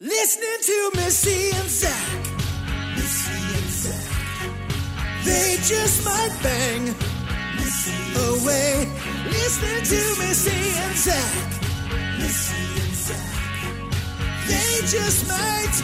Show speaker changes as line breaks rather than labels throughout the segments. Listening to Missy and Zach. Missy and Zach. They just might bang. Missy away. Listening to Missy and Zach. Missy and Zach. They just might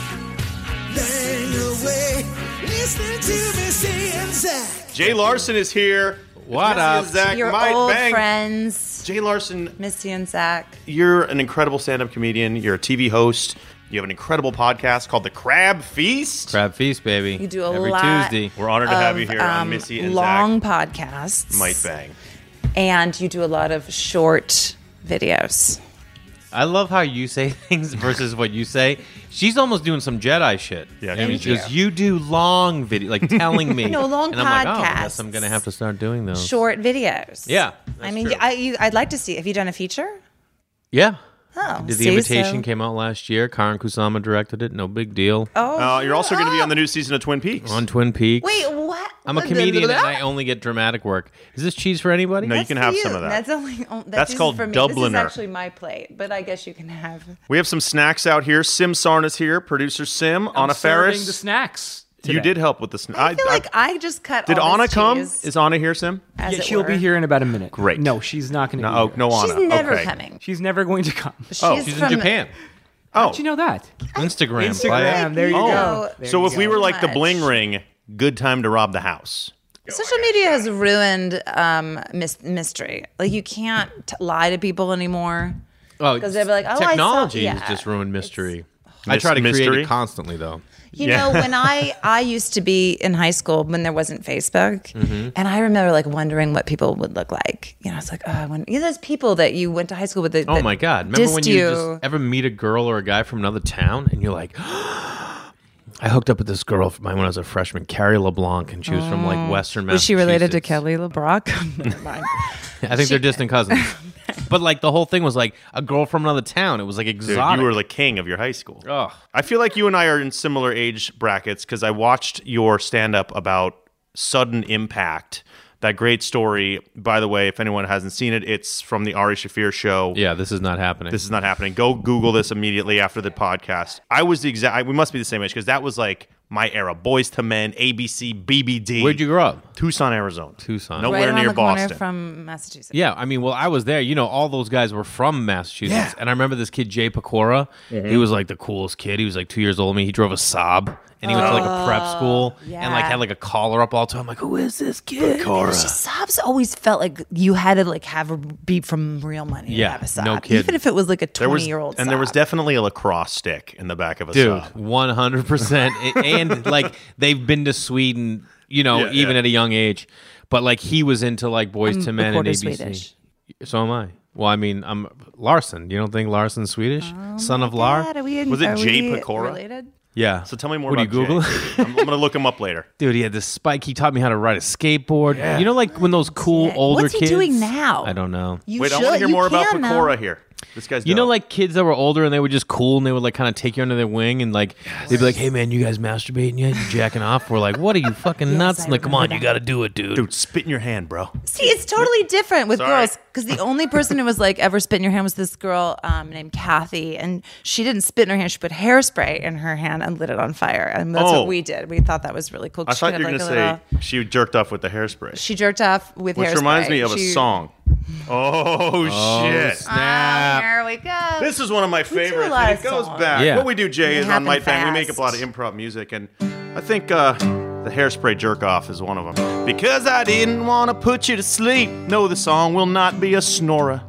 bang away. Listening to Missy and Zach.
Jay Larson is here.
What
Missy
up?
and Zach
your
might
old
bang.
friends,
Jay Larson,
Misty and Zach.
you're an incredible stand-up comedian. You're a TV host. You have an incredible podcast called The Crab Feast.
Crab Feast, baby.
You do a
Every
lot
Tuesday.
We're honored to have you
of,
here on
um,
Missy and
long
Zach
podcasts,
might bang.
and you do a lot of short videos.
I love how you say things versus what you say. She's almost doing some Jedi shit.
Yeah,
I mean,
she's
she goes, "You do long video, like telling me."
No, long
and I'm like, oh, I guess
podcasts.
I'm gonna have to start doing those.
Short videos.
Yeah,
I
that's
mean,
true.
I, you, I'd like to see. Have you done a feature?
Yeah.
Oh,
Did the
see,
invitation
so-
came out last year? Karan Kusama directed it. No big deal.
Oh,
Uh, you're also going to be on
the.
the new season of Twin Peaks.
On Twin Peaks.
Wait, what?
I'm a comedian and I only get dramatic work. Is this cheese for anybody?
No, you
That's
can have
for
some
you.
of that.
That's only. oh, that-
That's
this is
called
for me. This is
Dubliner.
actually my plate, but I guess you can have.
we have some snacks out here. Sim Sarn is here. Producer Sim. Anna
serving
Ferris.
the snacks.
you did help with the snacks.
I feel like I just cut.
did
all
Anna
this
come?
cheese,
Is Anna here, Sim?
as
Yeah,
it
she'll
were.
be here in about a minute.
Great.
No, she's not going to.
No, oh, no Anna.
She's never
okay.
coming.
She's never going to come.
Oh,
She's
She's in
from-
Japan.
Oh,
Did you know that?
Instagram.
Instagram. There you
Oh.
go. There
so
you
if we
go.
were like the
Much.
bling ring, good time to rob the house.
Social media has ruined um, mys- mystery. Like you can't t- lie to people anymore.
Oh,
'Cause they'd be like, "Oh, I saw-"
technology
yeah.
has just ruined mystery.
I
I
try
try
to
to
create it
create it constantly, though.
You
Yeah.
know, when I I used to be in high school when there wasn't Facebook,
Mm-hmm.
and I remember like wondering what people would look like. You know, I was like, oh, I wonder. You know, those people that you went to high school with. That,
Oh
that
my god! Remember when
dissed
you, just ever meet a girl or a guy from another town, and you're like, "I hooked up with this girl from- when I was a freshman, Carrie LeBlanc, and she was from like Western Massachusetts."
Oh. was she related to Kelly LeBrock? Never mind.
I think they're distant cousins. but like the whole thing was like a girl from another town. It was like
Dude,
exotic.
you were the king of your high school.
Ugh.
I feel like you and I are in similar age brackets because I watched your stand up about sudden impact. That great story, by the way, if anyone hasn't seen it, it's from the Ari Shafir show.
yeah, this is not happening.
This is not happening. Go Google this immediately after the podcast. I was the exact. We must be the same age because that was like my era. Boys to Men, ABC, BBD.
Where'd you grow up?
Tucson, Arizona.
Tucson.
Nowhere
right around
near
the corner
Boston.
from Massachusetts.
Yeah, I mean, well, I was there. You know, all those guys were from Massachusetts,
Yeah.
and I remember this kid Jay Pecora.
Mm-hmm.
He was like the coolest kid. He was like two years older than me. He drove a Saab, and he went to like a prep school, and like
Oh, yeah.
had like a collar up all the time. I'm like, who is this kid? Pecora.
Sobs always felt like you had to like have a be from real money
Yeah,
to have a sob.
no kidding.
Even if it was like a
There was,
twenty year old
and there was definitely a lacrosse stick in the back of a
Dude,
Saab.
one hundred percent. And like they've been to Sweden, you know,
Yeah,
even
yeah.
at a young age. But like he was into like Boys to Men and
quarter
ABC.
Swedish.
So am I. Well, I mean, I'm Larson. You don't think Larson's Swedish? Son of Lar?
Oh God, are we in-
Was it
are
Jay
we
Pecora?
Related?
Yeah.
So tell me more
What
about
do you Google?
Jay. I'm, I'm gonna look him up later.
Dude, he had this spike. He taught me how to ride a skateboard. You know, like when those cool
Dick.
older
What's he
kids.
doing now?
I don't know.
You
Wait,
should.
I want to hear
you
more about
can, though.
Pecora here. This guy's
You know,
dope.
like kids that were older and they were just cool and they would like kind of take you under their wing and like they'd be like, "Hey man, you guys masturbating yet? You jacking off?" We're like, "What are you fucking nuts?"
I
And like, come on,
remember
you got to do it, dude.
dude, spit in your hand, bro.
See, it's totally different with
Sorry.
girls because the only person who was like ever spit in your hand was this girl um, named Kathy, and she didn't spit in her hand. She put hairspray in her hand and lit it on fire, and that's
Oh.
what we did. We thought that was really cool.
I
'cause she
thought
had,
you were
like,
gonna
a
say
little-
she jerked off with the hairspray,
she jerked off with
which
hairspray.
reminds me of a
She-
song. Oh, shit!
Ah, here we go.
This is one of my
do a
favorites.
lot
and
of
it goes
songs.
back.
Yeah.
What we do, Jay,
It
is on
happened
Might Bang. We
fast.
make up a lot of improv music, and I think uh, the hairspray jerk off is one of them. Because I didn't want to put you to sleep. No, the song will not be a snorer.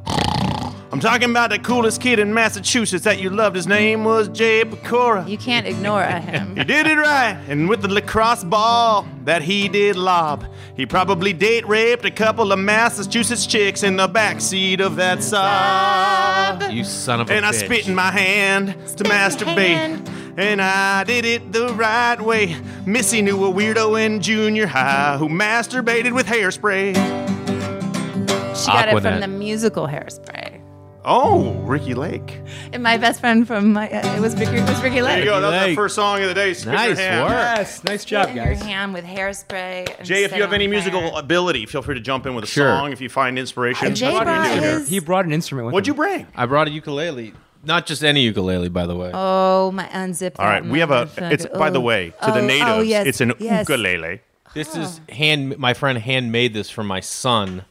I'm talking about the coolest kid in Massachusetts that you loved. His name was Jay Pecora.
you can't ignore him.
He did it right, and with the lacrosse ball that he did lob, he probably date raped a couple of Massachusetts chicks in the backseat of that Saab.
You son of a
And I
bitch.
spit in my hand to
in
masturbate.
hand.
And I did it the right way. Missy knew a weirdo in junior high who masturbated with hairspray.
She got it from
Aquanet.
the musical Hairspray.
Oh, Ricky Lake.
And my best friend from my uh, it was Ricky it was Ricky
There
Lake.
you go. That's the
Lake.
first song of the day. Spit in your
Nice
hand.
work.
Yes, nice job,
In your
guys.
hand with hairspray. and
Jay, if
set
you have
on
any
fire.
musical ability, feel free to jump in with a
Sure.
song if you find inspiration.
Jay
That's what we
brought
do here.
his-
He brought an instrument with
What'd you
him.
bring?
I brought a ukulele. Not just any ukulele, by the way.
Oh, my unzip. Oh,
All right, we have a. It's by the way to the natives. it's an ukulele.
This is hand. My friend handmade this for my son.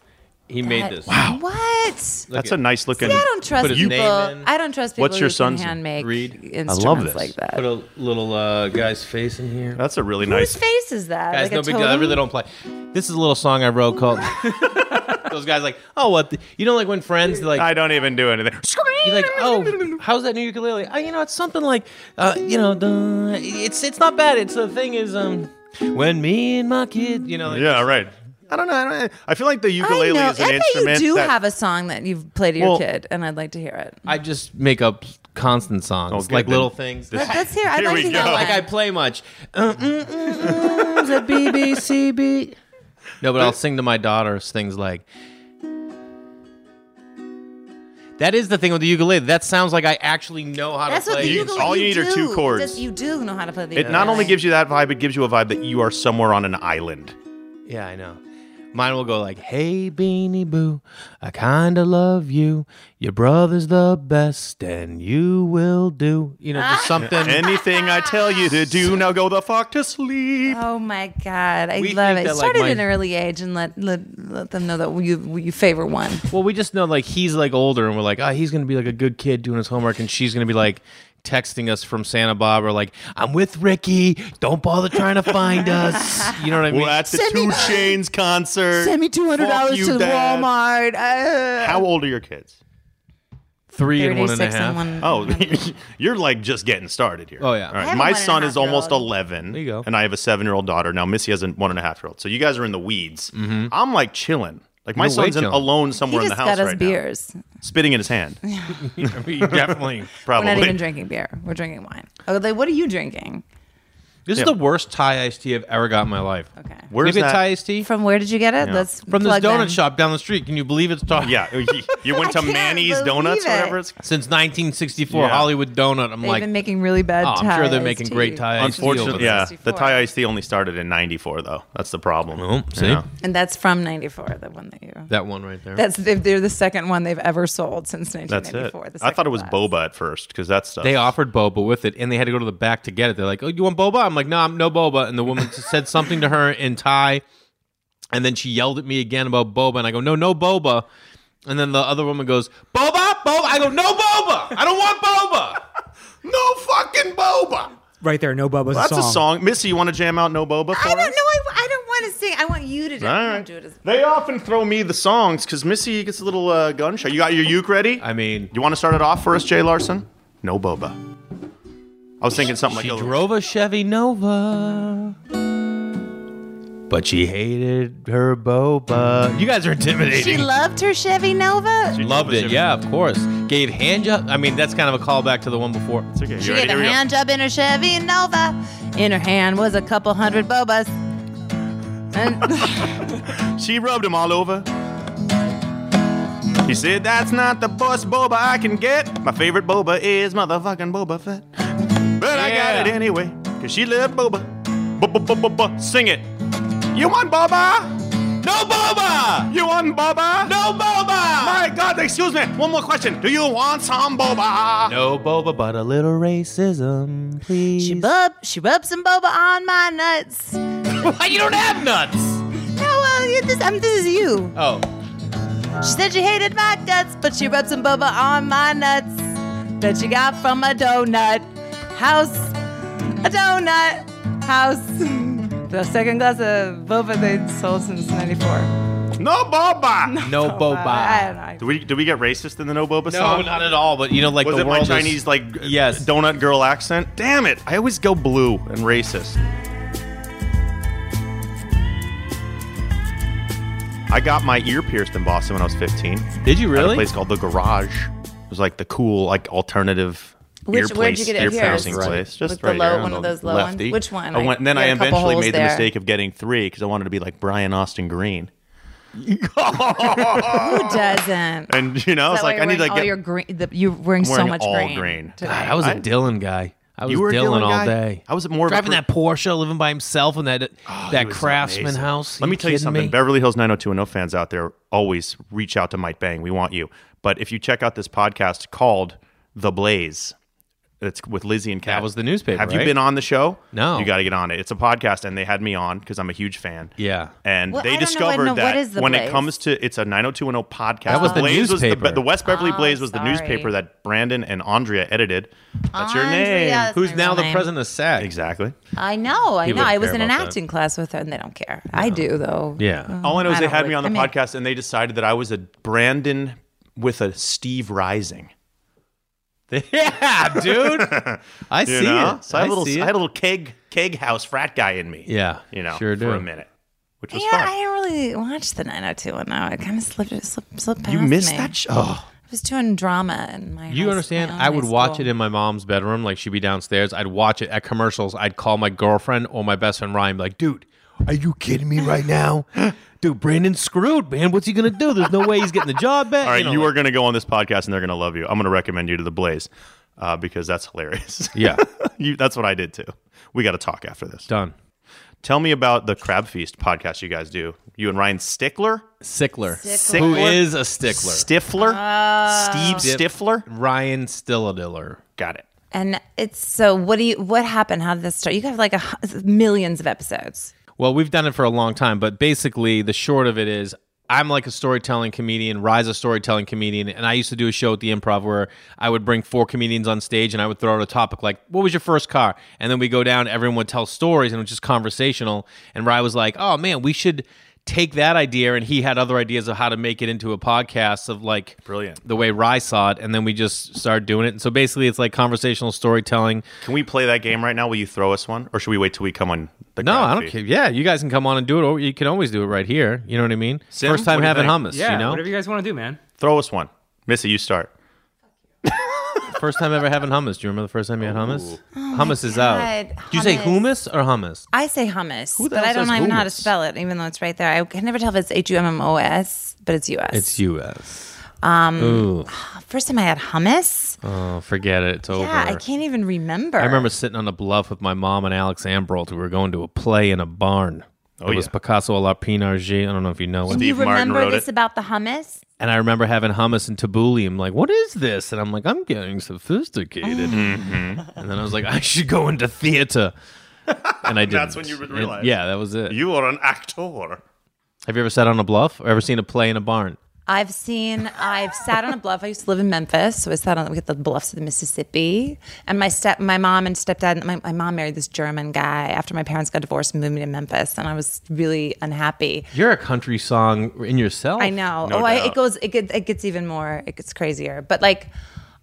He made this.
Wow. What?
Look
That's
at-
a nice looking.
See, I don't trust
Put his name
people.
in.
I don't trust people.
What's your
who can
son's
hand make
Read.
instruments
this.
like that.
Put a little uh, guy's face in here.
That's a really
Whose
nice.
face is that?
Guys,
like
no
a
big deal. I
totem?
really don't play. This is a little song I wrote called. Those guys like, oh, what? The, you know, like when friends they're like,
I don't even do anything.
You're like, oh, how's that new ukulele? Oh, you know, it's something like, uh, you know, duh, it's it's not bad. It's the thing is, um, when me and my kid, you know, like,
Yeah, right. I don't know. I, don't, I feel like the
I
ukulele
know.
is an
I
instrument.
bet you do
that-
have a song that you've played to your
Well-
kid, and I'd like to hear it.
I just make up constant songs,
Oh, good,
like
then.
little things.
This-
Let- Let's hear. I'd
Here
like
we
to hear
go.
one.
like I play much. Uh, mm, mm, mm, is that BBCB? No, but I'll sing to my daughters things like. That is the thing with the ukulele. That sounds like I actually know how
That's
to
what
play.
the
You-
ukulele.
all you need are
do.
two chords.
Just- you do know how to play the.
It not only
ukulele.
gives you that vibe, it gives you a vibe that you are somewhere on an island.
Yeah, I know. Mine will go like, "Hey Beanie Boo, I kinda love you. Your brother's the best, and you will do." You know,
Ah.
just something.
Anything I tell you to do, now go the fuck to sleep.
Oh my god, I
We
love
think
it.
that, like,
Start it
my-
at an early age and let let, let them know that you you favor one.
well, we just know like he's like older, and we're like, "Oh, he's gonna be like a good kid doing his homework," and she's gonna be like texting us from Santa Barbara, like, "I'm with Ricky. Don't bother trying to find us." You know what I mean?
Well, at the
Send me-
Two Chains concert.
Send me two hundred
Fuck
dollars
you,
to
Dad.
Walmart. Uh,
How old are your kids?
Three and one and a
Thirty-six
half.
and one.
Oh, you're like just getting started here.
Oh, yeah.
All
I
right.
have a
My
one and a
son
half
is
year
almost
old.
eleven.
There you go.
And I have a seven year old daughter. Now Missy has a one and a half year old. So you guys are in the weeds. I'm like chilling. Like my
You're Mm-hmm. way
son's in,
chilling.
alone somewhere
he
in the
just
house
got us
right now,
beers.
spitting in his hand.
I mean, definitely.
We're
Probably.
not even drinking beer. We're drinking wine. Oh, like, what are you drinking?
This
Yeah.
is the worst Thai iced tea I've ever got in my life.
Okay.
Where's
Maybe a
that?
Thai iced tea
From where did you get it? Let's
from this
plug
donut
them.
shop down the street. Can you believe it's Thai?
Yeah, you- you went to
can't
Manny's
believe
Donuts,
it.
whatever it's.
Since 1964,
Yeah.
Hollywood Donut. I'm
They've
like,
been making really bad.
oh, I'm sure they're
Thai
making
iced
great
tea.
Thai iced tea. over
Unfortunately,
there.
yeah, the
64.
Thai iced tea only started in '94, though. That's the problem.
Oh, see?
and that's from '94. The one that you.
that one right there.
That's they- they're the second one they've ever sold since
That's it.
1994. the
I thought it
second
was
glass.
boba at first because that stuff.
they offered boba with it, and they had to go to the back to get it. They're like, "Oh, you want boba?" I'm like, "No, I'm no boba." And the woman just said something to her in Thai, and then she yelled at me again about boba, and I go, "No, no boba." And then the other woman goes, "Boba, boba." I go, "No boba. I don't want boba."
no fucking boba.
Right there, no Bubba's
That's
song.
a song, Missy. You want to jam out "No Boba" for
I don't know.
us?
I, I don't want to sing. I want you to do, it.
All
I
right.
don't do it. As,
They often throw me the songs because Missy gets a little uh, gun shy. You got your uke ready?
I mean,
you want to start it off for us, Jay Larson? No boba. I was thinking something
She
like a-
drove a Chevy Nova, but she hated her boba. You guys are intimidating.
she loved her Chevy Nova.
She
Loved it, yeah, of course. Gave hand job. I mean, that's kind of a callback to the one before.
It's okay.
She
You ready?
gave
Here
a
we go.
hand job in her Chevy Nova. In her hand was a couple hundred bobas. And
She rubbed him all over. He said, That's not the best boba I can get. My favorite boba is motherfucking Boba Fett. But I got it
Yeah.
anyway, because she loved boba. Boba, sing it. You want boba?
No boba!
You want boba?
No boba!
My God, excuse me. One more question. Do you want some boba?
No boba, but a little racism, please.
she bub, she rubbed some boba on my nuts. No,
Why you don't have nuts?
well, you- this, I'm, this is you.
Oh,
She said she hated my guts, but she rubbed some boba on my nuts that she got from a donut house. A donut house. The second glass of boba they sold since '94.
No boba.
no
I
boba.
don't know.
Do we do we get racist in the no boba
No,
song?
not at all. But you know, like
Was
the
it my
world is-
Chinese like
Yes.
donut girl accent? Damn it! I always go blue and racist. I got my ear pierced in Boston when I was 15.
Did you
At a
really?
place called the Garage. It was like the cool, like alternative.
Which-
ear
where'd
place,
you get it
ear
pierced?
piercing
Right.
place? Just
With the
right
low-
here on
one of
the
those low ones?
lefty.
Which one?
I
Like,
went, then
you
I
had a couple
eventually
holes
made the
there.
mistake of getting three because I wanted to be like Brian Austin Green.
Who doesn't?
And you know, I was like, I need to like,
all
get
your green. The, you're wearing so
wearing
much
all
green.
green.
today.
God, I was a Dylan guy. I was
You were a
Dylan,
Dylan
all
guy?
day.
I was more of a
driving
per-
that Porsche, living by himself in that
He
that
was
craftsman
amazing.
house. Are
Let me tell you
kidding
something.
me?
Beverly Hills 90210 fans out there, always reach out to Mike Bang. We want you. But if you check out this podcast called The Blaze. It's with Lizzie and Kat.
That was the newspaper,
Have you
right?
been on the show?
No.
You got to get on it. It's a podcast, and they had me on because I'm a huge fan.
Yeah.
And
Well, I
they
don't know-
discovered
no, what
that
is The
when it
Blaze?
comes to it's a 90210 podcast.
That was the
Blaze Was
newspaper.
the, the West Beverly
Oh,
Blaze was
sorry.
the newspaper that Brandon and Andrea edited. That's your
Andrea,
name.
that's
Who's
my
now
real
the
name.
president of SAG?
Exactly.
I know, I
He
know.
wouldn't
I was
care
in an
about that.
acting class with her, and they don't care. I do though.
Yeah.
All I know is
I
they
don't
had
really-
me on the
I mean-
podcast and they decided that I was a Brandon with a Steve Rising.
Yeah, dude. I
You
see
know?
it.
So I had a little,
see
I
it.
had a little keg keg house frat guy in me.
Yeah,
you know,
sure do.
for a minute, which was
Yeah,
fun.
I didn't really watch the 90210. It kind of slipped, slipped, slipped past
you missed
me.
that show. Oh,
I was doing drama in my.
You understand? I would watch it in my mom's bedroom. Like she'd be downstairs. I'd watch it at commercials. I'd call my girlfriend or my best friend Ryan. be Like, dude, are you kidding me right now? dude, Brandon's screwed, man. What's he gonna do? There's no way he's getting the job back.
all right, you,
know,
are
like-
going to go on this podcast and they're going to love you. I'm going to recommend you to the Blaze uh, because that's hilarious.
Yeah.
you, that's what I did too. We got to talk after this.
done.
Tell me about the Crab Feast podcast you guys do. You and Ryan Stickler,
Sickler,
Sickler.
who is a stickler.
Stifler,
Oh.
Steve
Dip.
Stifler.
Ryan Stilladiller.
Got it.
And it's so. What do you? What happened? How did this start? You have like a, hu- millions of episodes.
Well, we've done it for a long time, but basically, the short of it is I'm like a storytelling comedian, Rye's a storytelling comedian, and I used to do a show at the improv where I would bring four comedians on stage and I would throw out a topic like, What was your first car? And then we go down, everyone would tell stories, and it was just conversational. And Rye was like, Oh man, we should take that idea. And he had other ideas of how to make it into a podcast of like,
Brilliant.
the way Rye saw it. And then we just started doing it. And so basically, it's like conversational storytelling.
Can we play that game right now? Will you throw us one, or should we wait till we come on? the
No,
Crab
I don't
Feast?
care. Yeah, you guys can come on and do it, or you can always do it right here. You know what I mean?
Sim,
First time
what do you
having
think?
hummus,
Yeah,
you know?
whatever you guys want to do, man.
Throw us one, Missy. You start.
First time ever having hummus. Do you remember the first time you had hummus? hummus is out.
Oh God,
Do you say
hummus.
hummus or hummus?
I say hummus,
Who the
but
hell
I don't
says
even know how to
hummus?
spell it, even though it's right there. I can never tell if it's H U M M O S, but it's U S.
It's U.S. Um, Ooh,
First time I had hummus.
oh, forget it. It's over.
Yeah, I can't even remember.
I remember sitting on a bluff with my mom and Alex Ambrolt. We were going to a play in a barn.
Oh,
it was
yeah.
Picasso a la Pinargie. I don't know if you know it.
Do you
Steve Martin
remember
wrote
this
it.
about the hummus?
And I remember having hummus and tabbouleh. I'm like, what is this? And I'm like, I'm getting sophisticated.
Mm-hmm.
And then I was like, I should go into theater. And I did.
That's when you would realize.
yeah, that was it.
You are an actor.
Have you ever sat on a bluff or ever seen a play in a barn?
I've seen, I've sat on a bluff. I used to live in Memphis, so I sat on we get the bluffs of the Mississippi. And my step, my mom and stepdad, my, my mom married this German guy after my parents got divorced and moved me to Memphis, and I was really unhappy.
You're a country song in yourself.
I know.
No
oh, I,
doubt.
it goes. It gets. It gets even more. It gets crazier. But like,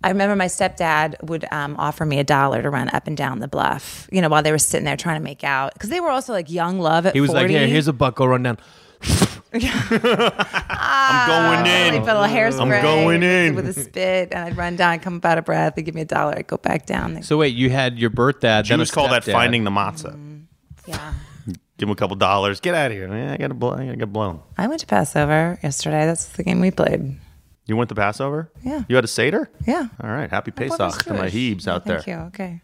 I remember my stepdad would um, offer me a dollar to run up and down the bluff. You know, while they were sitting there trying to make out, because they were also like young love at
He was
40.
like, yeah, here's a buck. Go run down.
I'm going
I'd put a little hairspray.
going in.
with a spit, and I'd run down, come up out of breath, they give me a dollar, I'd go back down.
So wait, you had your birth dad. then a
Jews call that
stepdad.
finding the matzah.
yeah,
Give him a couple dollars. Get out of here. Man, I got to blow. I got to blown.
I went to Passover yesterday. That's the game we played.
You went to Passover?
Yeah.
You had a Seder?
Yeah.
All right. Happy
thought it was
Pesach to my
Jewish.
Hebes out there.
Thank you. Okay.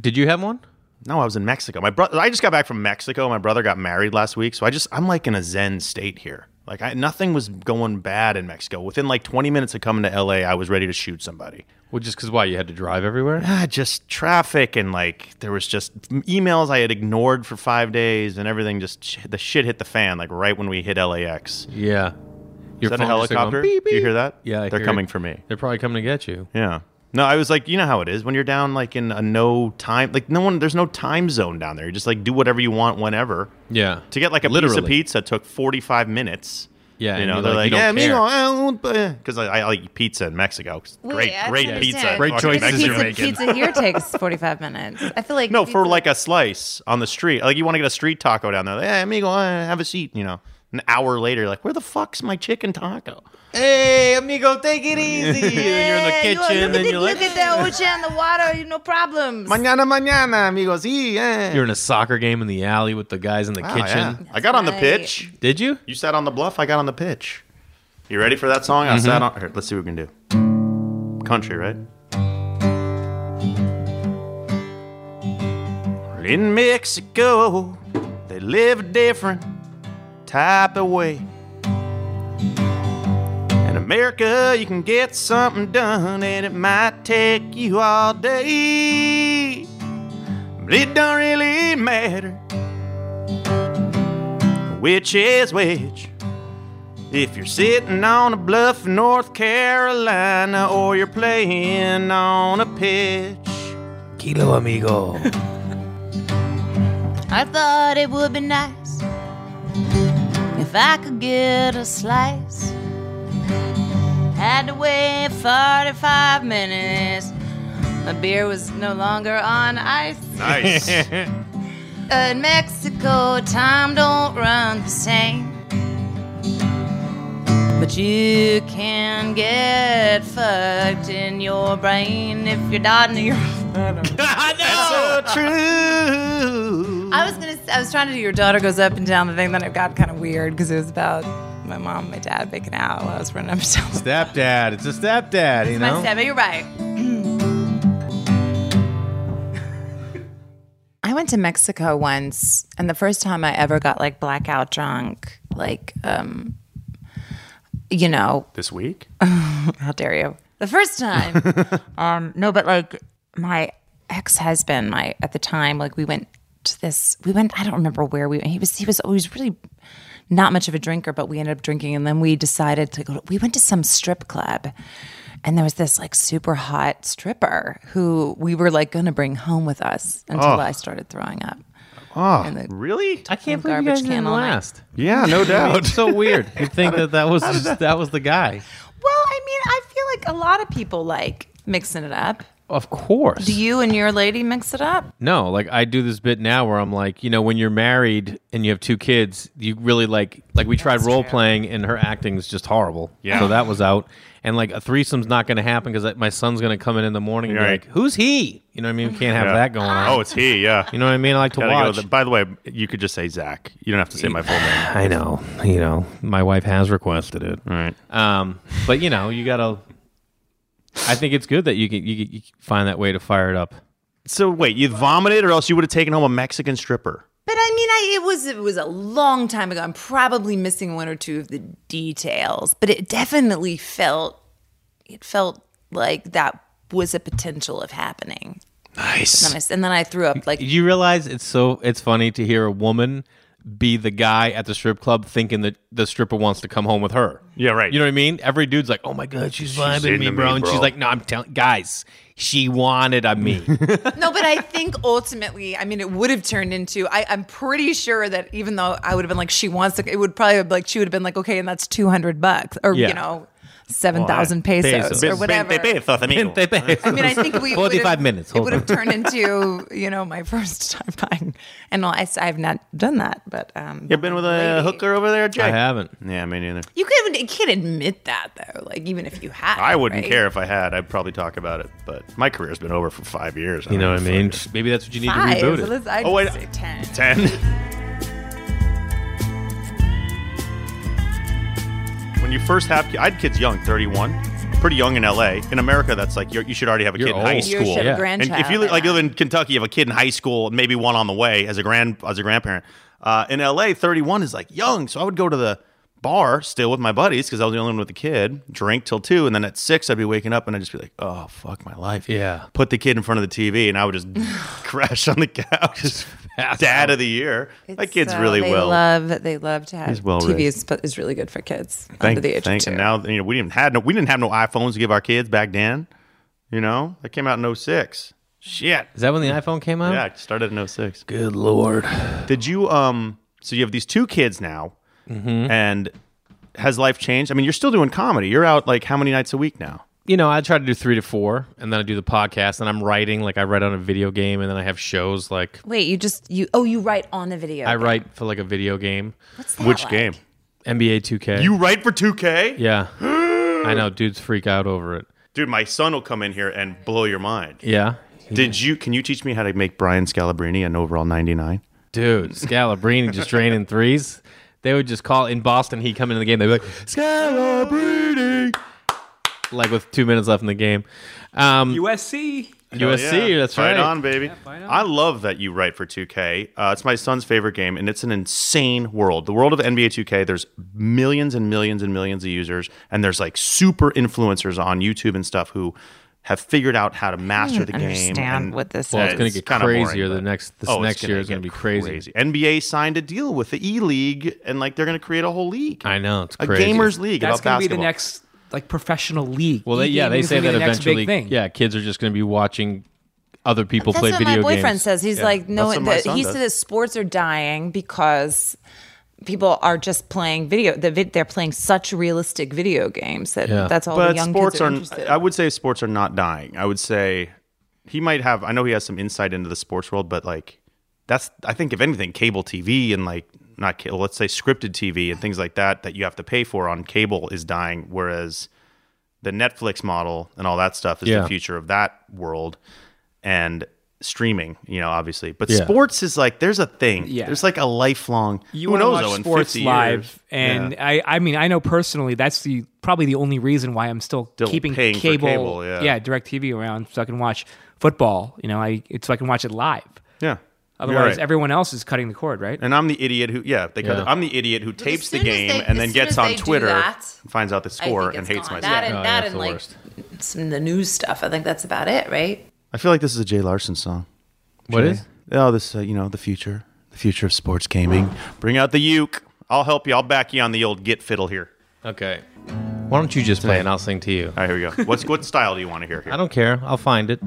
Did you have one?
No, I was in Mexico. My brother I just got back from Mexico. My brother got married last week, so I just I'm like in a zen state here. Like I, nothing was going bad in Mexico. Within like 20 minutes of coming to LA, I was ready to shoot somebody.
Well, just because why you had to drive everywhere.
Ah, just traffic and like there was just emails I had ignored for 5 days and everything just the shit hit the fan like right when we hit LAX.
Yeah.
Is
Your
that a
phone just like going,
helicopter?
beep,
Do you
beep.
hear that?
Yeah, I
They're
hear
coming
it.
for me.
They're probably coming to get you.
Yeah. No, I was like, you know how it is when you're down like in a no time, like no one, there's no time zone down there. You just like do whatever you want whenever.
Yeah.
To get like a
Literally.
piece of pizza took 45 minutes.
Yeah,
You
and
know,
you're
they're like,
like, you
yeah,
don't
me
care."
because I, I eat pizza in Mexico. 'Cause
Wait,
great,
I
great
don't
pizza.
understand.
Great
Fucking
choices
Mexican
you're
Pizza,
bacon.
pizza here takes forty five minutes. I feel like
No, for
pizza-
like a slice on the street. Like you want to get a street taco down there. Like, hey, amigo, uh, have a seat. You know, an hour later, like, where the fuck's my chicken taco?
Hey, amigo, take it easy. and
Yeah, you are-
you're in the kitchen,
look
and
at
you're
the-
like,
look at that ocean and the water, you no problems.
Mañana, mañana, amigos. Sí, eh.
You're in a soccer game in the alley with the guys in the
Wow,
kitchen.
yeah. I got on the
right.
pitch.
Did you?
You sat on the bluff. I got on the pitch. You ready for that song? I sat on. Here, let's see what we can do. Country, right? In Mexico, they live a different type of way. And a America, you can get something done, and it might take you all day. But it don't really matter which is which. If you're sitting on a bluff in North Carolina, or you're playing on a pitch.
Kilo amigo.
I thought it would be nice if I could get a slice. Had to wait 45 minutes. My beer was no longer on ice.
Nice.
In Mexico, time don't run the same. But you can get fucked in your brain if you're nodding to your.
That's so true.
I was gonna. I was trying to do your daughter goes up and down the thing. Then it got kind of weird because it was about my mom, and my dad making out while I was running up and down. the-
stepdad. It's a stepdad, you
My
know?
step, but you're right. I went to Mexico once, and the first time I ever got like blackout drunk, like um, you know,
This week?
how dare you? The first time. um, no, but like my ex husband, my at the time, like we went to this. We went. I don't remember where we. He was. He was always really not much of a drinker, but we ended up drinking, and then we decided to go. We went to some strip club. And there was this like super hot stripper who we were like going to bring home with us until
Oh.
I started throwing up.
Oh, really?
I can't
Some
believe you
garbage
guys didn't
can all night.
last. Oh,
Yeah, no doubt.
It's so weird. You'd think that that was just, that was the guy.
Well, I mean, I feel like a lot of people like mixing it up.
Of course.
Do you and your lady mix it up?
No, like I do this bit now where I'm like, you know, when you're married and you have two kids, you really like like we tried role playing and her acting is just horrible.
Yeah.
So that was out. And like a threesome's not going to happen because my son's going to come in in the morning and be
Right.
like, "Who's he?" You know what I mean? We can't have
Yeah.
that going on.
Oh, it's he, yeah.
you know what I mean? I like to
Gotta
watch.
go. By the way, you could just say Zach. You don't have to say my full name.
I know. You know, my wife has requested it.
All right.
Um, but you know, you got to I think it's good that you can you, can- you can find that way to fire it up.
So wait, you vomited, or else you would have taken home a Mexican stripper.
But I mean, I, it was it was a long time ago. I'm probably missing one or two of the details, but it definitely felt it felt like that was a potential of happening.
Nice.
And I s- And then I threw up like
Did you realize it's so it's funny to hear a woman be the guy at the strip club thinking that the stripper wants to come home with her.
Yeah, right.
You know what I mean? Every dude's like, "Oh my god, she's vibing
into
me,
me,
bro," and
bro.
she's like, "No, I'm telling guys, she wanted a me."
no, but I think ultimately, I mean, it would have turned into. I, I'm pretty sure that even though I would have been like, she wants to, it would probably have, like she would have been like, okay, and that's 200 bucks or
Yeah.
you know, seven thousand pesos,
Pesos.
or whatever. I mean, I think we would've-
45 minutes.
It
Hold
would have
on.
turned into you know my first time buying, and I, have not done that, but um,
You been with a hooker over there, Jay?
I haven't.
Yeah, me neither.
You can't you can't admit that though. Like even if you have,
I wouldn't
right?
care if I had. I'd probably talk about it, but my career's been over for five years.
You know what I
don't
mean?
fuck
Maybe that's what you need
Five.
to reboot
so
it.
let's- I'd
Oh, wait.
say ten.
it. Ten. when you first have, ki- I had kids young, thirty-one, pretty young in LA. In America, that's like you're, you should already have a
You're
kid in high
old.
You
school.
should have
Yeah.
a
And
And
grandchild.
if you
by
live, like you
now.
live in Kentucky, you have a kid in high school, maybe one on the way as a grand as a grandparent. Uh, in LA, 31 is like young, so I would go to the bar still with my buddies because I was the only one with a kid. Drink till two, and then at six I'd be waking up and I'd just be like, "Oh fuck my life."
Yeah.
Put the kid in front of the TV, and I would just crash on the couch.
pass
Dad
out.
of the year. my
It's,
kid's
uh,
really
they
well.
Love they love to have
He's well
TV
raised.
is, is really good for kids
Thank-
under the age
thank-
of two.
And now you know we didn't had no we didn't have no iPhones to give our kids back then. You know that came out in 06. Shit.
Is that when the iPhone came out?
Yeah, it started in 06.
Good lord.
Did you um? So you have these two kids now,
Mm-hmm.
and has life changed? I mean, you're still doing comedy. You're out like how many nights a week now?
you know, I try to do three to four, and then I do the podcast, and I'm writing like I write on a video game, and then I have shows like
Wait, you just you oh you write on the video.
I
game.
write for like a video game,
What's that like?
NBA 2K.
You write for 2K,
yeah, I know, dudes freak out over it.
dude. My son will come in here and blow your mind.
Yeah,
Did you? Can you teach me how to make Brian Scalabrine an overall 99?
dude, Scalabrini just draining threes. They would just call in Boston. He'd come into the game. They'd be like
Mm.
Scalabrini, like with two minutes left in the game. Um,
USC.
USC.
Oh, Yeah.
That's
Fight
right.
on, baby.
fight Oh, on.
I love that you write for 2K. Uh, it's my son's favorite game, and it's an insane world. The world of NBA 2K, there's millions and millions and millions of users, and there's like super influencers on YouTube and stuff who have figured out how to master the game.
understand
and-
what this
Yeah,
Well, it's
is.
going to get
kinda
crazier.
boring,
the
but-
next this
Oh, it's
next year is
get
going to be crazy.
NBA signed a deal with the E League, and like they're going to create a whole league.
I know, it's
a
crazy.
gamers league.
That's
about
going to be the
basketball.
next like professional league.
Well, they, yeah,
E-gaming
they
is
say
gonna
that
be the next big
eventually.
thing.
Yeah, kids are just going to be watching other people
That's
play
what
video
my boyfriend
games.
says. He's like, no,
That's what my
the-
son
he
does.
says sports are dying because people are just playing video. The vid, they're playing such realistic video games that
Yeah.
that's all the
but
young
sports
kids are,
are.
interested.
I would say sports are not dying. I would say he might have. I know he has some insight into the sports world, but like that's. I think if anything, cable TV and like not cable. Let's say scripted TV and things like that that you have to pay for on cable is dying, whereas the Netflix model and all that stuff is
Yeah.
the future of that world and streaming. You know, obviously, but
Yeah.
sports is like there's a thing.
Yeah.
There's like a lifelong.
you
who
want to
knows?
watch
though, in
sports
50
live,
years.
and
Yeah.
I, I mean, I know personally that's the probably the only reason why I'm still,
Still
keeping
paying for
cable,
cable, yeah.
direct TV around so I can watch football. You know, I so I can watch it live.
yeah. You're
Otherwise,
right.
everyone else is cutting the cord, right?
And I'm the idiot who, yeah, they cut
Yeah.
it. I'm the idiot who tapes the
soon as
game
they- as
and then
soon
gets
as
on
they do
Twitter,
that,
and finds out the
I
score,
think
and
it's
hates
gone.
myself.
That and,
Oh, yeah,
that
it's
and
the
like
worst.
some of the news stuff. I think that's about it, right?
I feel like this is a Jay Larson song.
What is?
Oh, this, uh, you know, the future, the future of sports gaming. Bring out the uke. I'll help you. I'll back you on the old git fiddle here.
Okay. Why don't you just play and I'll sing to you?
All right, here we go. What's what style do you want to hear here?
I don't care. I'll find it.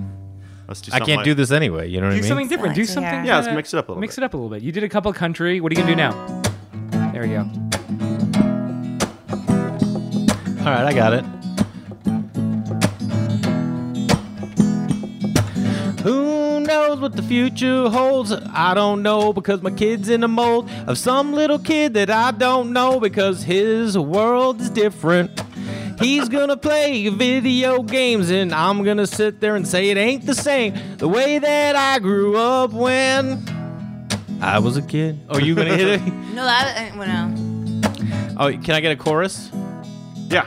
Let's do
I
something
can't
like-
do this anyway. You know what I
Do
mean?
something different. Do
Select,
something.
yeah.
Yeah, let's
kinda-
mix it up a little
Mix
bit.
it up a little bit. You did a couple of country. What are you gonna do now? There we go.
All right, I got it. Who knows what the future holds? I don't know because my kid's in the mold of some little kid that I don't know because his world is different. He's gonna play video games and I'm gonna sit there and say it ain't the same the way that I grew up when I was a kid. Oh, you gonna hit it?
No, that
uh,
went out.
Oh, can I get a chorus?
Yeah.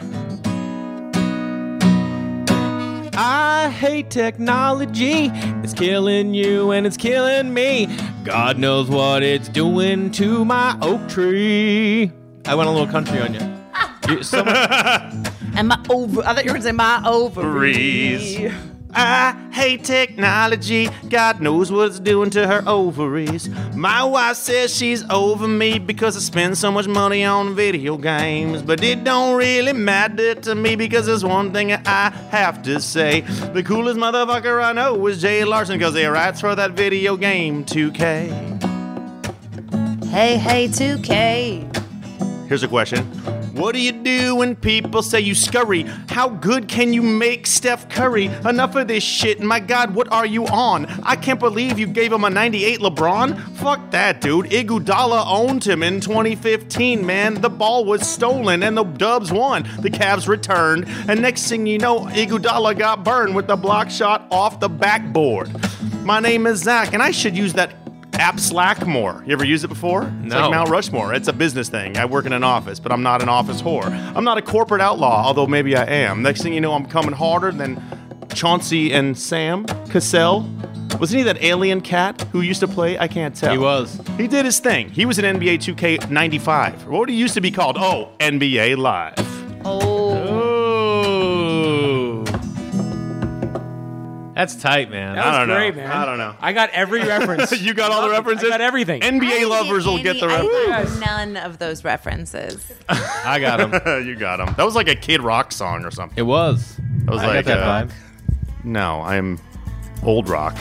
I hate technology. It's killing you and it's killing me. God knows what it's doing to my oak tree. I went a little country on you. You- someone-
and my over, I thought you were going to say my ovaries.
Breeze. I hate technology. God knows what it's doing to her ovaries. My wife says she's over me because I spend so much money on video games. But it don't really matter to me because there's one thing I have to say. The coolest motherfucker I know is Jay Larson because he writes for that video game 2K.
Hey, hey, 2K.
Here's a question. What do you do when people say you scurry? How good can you make Steph Curry? Enough of this shit. My God, what are you on? I can't believe you gave him a 98 LeBron. Fuck that, dude. Iguodala owned him in 2015, man. The ball was stolen and the Dubs won. The Cavs returned, and next thing you know, Iguodala got burned with the block shot off the backboard. My name is Zach, and I should use that app Slack more. You ever used it before? It's
No.
like Mount Rushmore. It's a business thing. I work in an office, but I'm not an office whore. I'm not a corporate outlaw, although maybe I am. Next thing you know, I'm coming harder than Chauncey and Sam Cassell. Wasn't he that alien cat who used to play? I can't tell.
He was.
He did his thing. He was in NBA 2K95. What he used to be called? Oh, NBA Live.
Oh.
Ooh. That's tight, man.
That was
I don't know.
great, man.
I don't know.
I got every reference.
You got all the references?
I got everything.
NBA lovers will get the reference.
Yes.
None of those references.
I got him.
you got him. That was like a Kid Rock song or something.
It was.
That was
I
like
got that
uh,
vibe.
No, I'm old rock.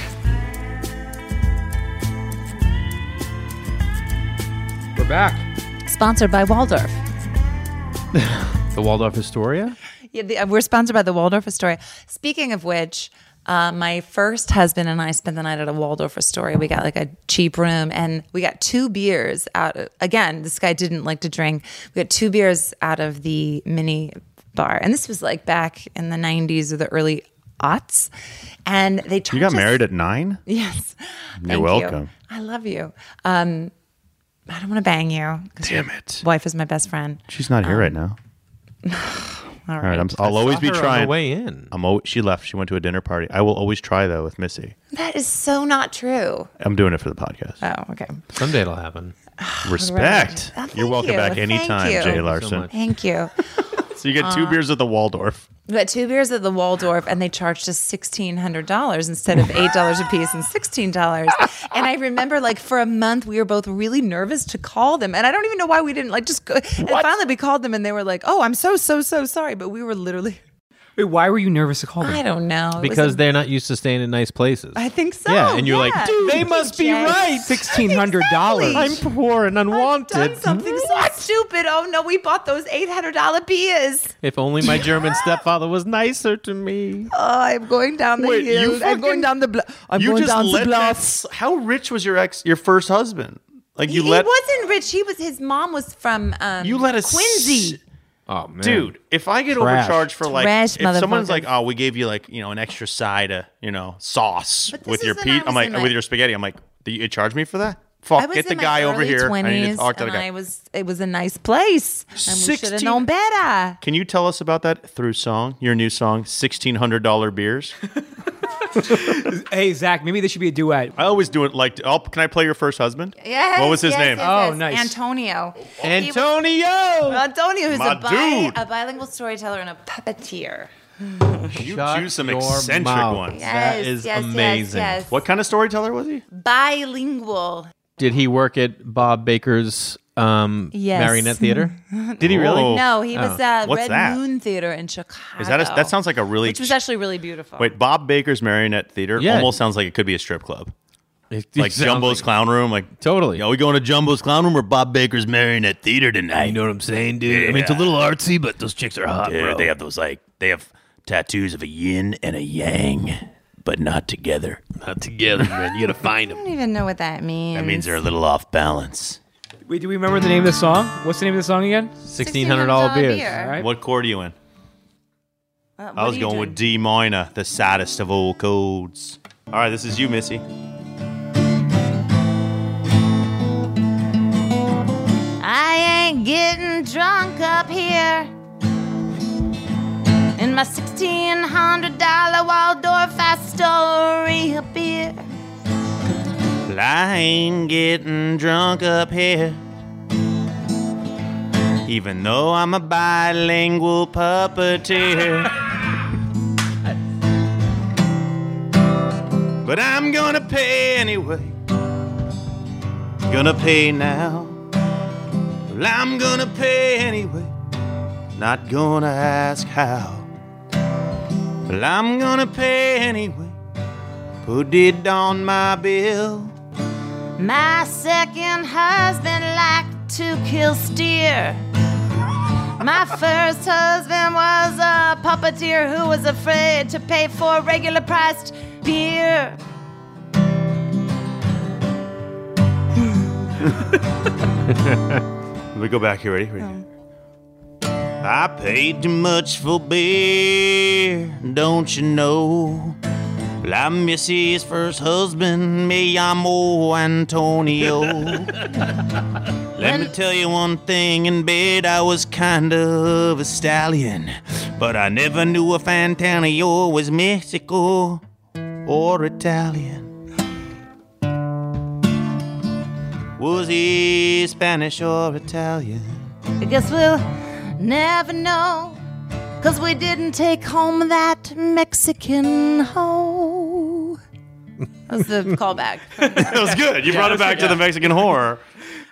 We're back.
Sponsored by Waldorf.
The Waldorf Astoria.
Yeah, the, uh, we're sponsored by the Waldorf Astoria. Speaking of which, uh, my first husband and I spent the night at a Waldorf Astoria. We got like a cheap room and we got two beers out. Again, this guy didn't like to drink. We got two beers out of the mini bar, and this was like back in the '90s or the early aughts. And they
You got married at nine?
yes. Thank
You're welcome.
I love you. Um, I don't want to bang you. 'cause
Damn
your
it.
Wife is my best friend.
She's not here right now.
All
All right,
right.
I'm, I'll
I
always
saw
be
her on her
trying.
way in.
I'm always, she left. She went to a dinner party. I will always try though with Missy.
That is so not true.
I'm doing it for the podcast.
oh, okay.
Someday it'll happen.
Respect.
Ah, Oh, thank
You're welcome
you.
back
Thank
anytime,
you. Ah. Thank
Jay
you so
Larson.
much.
Thank you.
So, you get two beers at the Waldorf.
But two beers at the Waldorf, and they charged us sixteen hundred dollars instead of eight dollars a piece and sixteen dollars. And I remember, like for a month, we were both really nervous to call them, and I don't even know why we didn't like just go. And finally, we called them, and they were like, "Oh, I'm so so so sorry," but we were literally,
Wait, why were you nervous to call them?
I don't know, It was
Because
a-
they're not used to staying in nice places.
I think so.
yeah, and you're
yeah.
like, dude, they must be
Jay.
right.
Sixteen hundred dollars.
I'm poor and
I've
unwanted.
done something so stupid. Oh no, we bought those eight hundred dollar beers.
If only my German stepfather was nicer to me.
Oh, I'm going down the
Wait, you
hill. I'm
fucking-
going down the bluff. I'm
You
going
just
down the
let that.
bluff.
s- How rich was your ex, your first husband? Like you
he,
let
he wasn't rich. He was his mom was from um,
you let a s-
Quincy.
Oh man,
dude. If I get
Trash.
overcharged for like,
Trash,
if someone's
motherfucker.
like, "Oh, we gave you like you know an extra side of you know sauce
But this
with your
is when
pe
I
I'm
was
like
in my-
with your spaghetti," I'm like, "Do you charge me for that?"
I
Fuck,
was
get the
in my
guy over
early
here. I need to
20s,
talk to the
and
guy.
I was. It was a nice place. And we should have
16
known better.
Can you tell us about that through song? Your new song, sixteen hundred dollar beers.
Hey Zach, maybe this should be a duet.
I always do it like. Oh, can I play your first husband?
Yes,
What was his
yes,
name?
yes,
Oh,
yes.
nice.
Antonio.
Antonio.
Antonio, who's
My
a, bi-
dude.
a bilingual storyteller and a puppeteer.
You
Shut
choose some
your
eccentric
mouth.
ones.
That
Yes,
is
yes, yes,
amazing.
yes.
What kind of storyteller was he?
Bilingual.
Did he work at Bob Baker's um,
Yes.
marionette theater?
Did he really?
No, he was uh,
Oh. What's
Red
that?
Moon Theater in Chicago.
Is that a, that sounds like a really
which was actually really beautiful.
wait Bob Baker's Marionette Theater
Yeah.
almost sounds like it could be a strip club
It- it
like
sounds
Jumbo's
like-
Clown Room like
Totally.
Yeah, we going to Jumbo's Clown Room or Bob Baker's Marionette Theater tonight?
You know what I'm saying, dude? I mean,
Yeah.
it's a little artsy, but those chicks are hot,
Dude,
bro.
They have those like they have tattoos of a yin and a yang, but not together.
not together, man. You gotta find them.
I don't even know what that means.
That means they're a little off balance.
Wait, do we remember the name of the song? What's the name of the song again?
Sixteen hundred dollar beers.
All right.
What chord are you in?
Uh, what
I was
are you
going
doing?
with D minor, the saddest of all chords. All right, this is you, Missy.
I ain't getting drunk up here in my sixteen hundred dollar Waldorf Astoria beer.
Well, I ain't getting drunk up here. Even though I'm a bilingual puppeteer. but I'm gonna pay anyway. Gonna pay now. Well, I'm gonna pay anyway. Not gonna ask how. Well, I'm gonna pay anyway. Put it on my bill.
My second husband liked to kill steer. My first husband was a puppeteer who was afraid to pay for regular priced beer.
Let me go back here. Ready? Ready? I paid too much for beer, don't you know? Well, I'm Missy's first husband, me llamo Antonio. Let me tell you one thing, in bed I was kind of a stallion, but I never knew if Antonio was Mexico or Italian. Was he Spanish or Italian?
I guess we'll never know. Cause we didn't take home that Mexican hoe. That was the callback. I
That was good. You brought it back to the Mexican horror.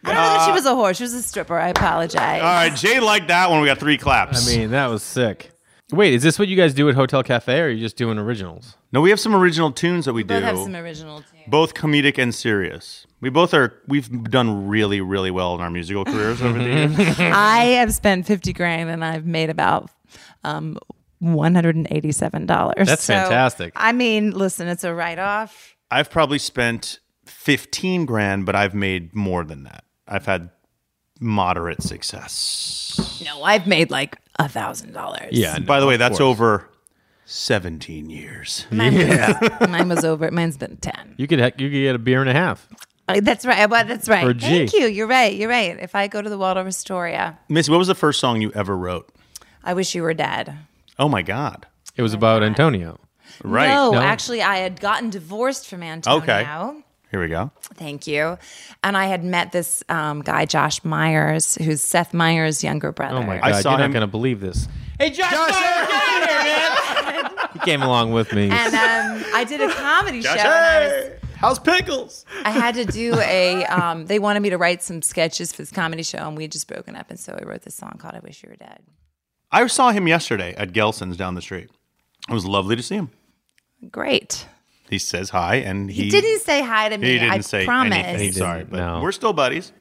don't know that she was a whore. She was a stripper. I apologize.
All right, Jay liked that one. We got three
I
claps.
mean, that was sick. Wait, is this what you guys do at Hotel Cafe, or are you just doing originals?
no, we have some original tunes that we, do,
Both have some original tunes.
both comedic and serious. We both are. We've done really, really well in our musical careers over the years.
I have spent 50 grand and I've made about um, $187.
That's fantastic.
I mean, listen, it's a write off.
I've probably spent fifteen grand, but I've made more than that. I've had moderate success.
No, I've made like a $1,000.
Yeah.
By the way, that's over seventeen years.
Mine was over. Mine's been 10.
You could ha- you could get a beer and a half.
Uh, That's right. Well, that's right.
For G.
Thank you. You're right. You're right. If I go to the Waldorf Astoria,
Missy, what was the first song you ever wrote?
I wish you were dead.
Oh my God.
It was about Antonio.
Right.
No,
No.
actually, I had gotten divorced from Antonio.
Here we go.
Thank you. And I had met this um, guy, Josh Myers, who's Seth Meyers' younger brother.
Oh my
I
god,
saw
you're
him-
not gonna believe this. Hey Josh, Meyer, get out of here, man. he came along with me.
And um, I did a comedy show. and I was-
how's pickles?
I had to do a. Um, they wanted me to write some sketches for this comedy show, and we had just broken up, and so I wrote this song called "I Wish You Were Dead."
I saw him yesterday at Gelson's down the street. It was lovely to see him.
Great.
He says hi, and he,
He didn't say hi to me.
He didn't
I
say
promise.
anything. Sorry, but
no.
we're still buddies.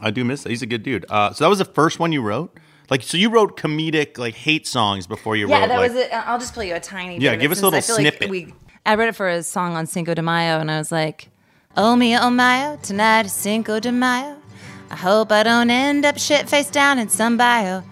I do miss. He's a good dude. Uh, so that was the first one you wrote. Like, so you wrote comedic like hate songs before you
Yeah,
wrote.
that
like,
was it. Uh, I'll just play you a tiny.
Yeah,
bit of
give
it
us a little
since I feel like
snippet.
we, I read it for a song on Cinco de Mayo, and I was like, "Oh me, oh mayo, tonight is Cinco de Mayo. I hope I don't end up shit face down in some bio,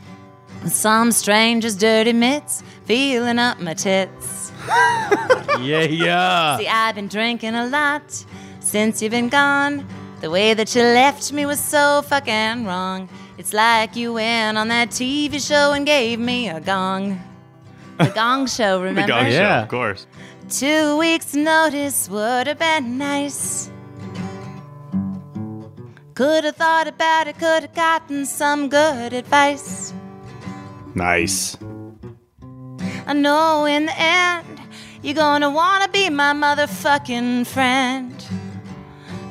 with some stranger's dirty mitts, feeling up my tits."
yeah,
Uh.
yeah.
See, I've been drinking a lot since you've been gone. The way that you left me was so fucking wrong. It's like you went on that TV show and gave me a gong. The gong show,
the
remember?
Gong Show,
Yeah.
of course.
Two weeks' notice would have been nice. Could have thought about it, could have gotten some good advice.
Nice.
I know in the end you're gonna wanna be my motherfucking friend.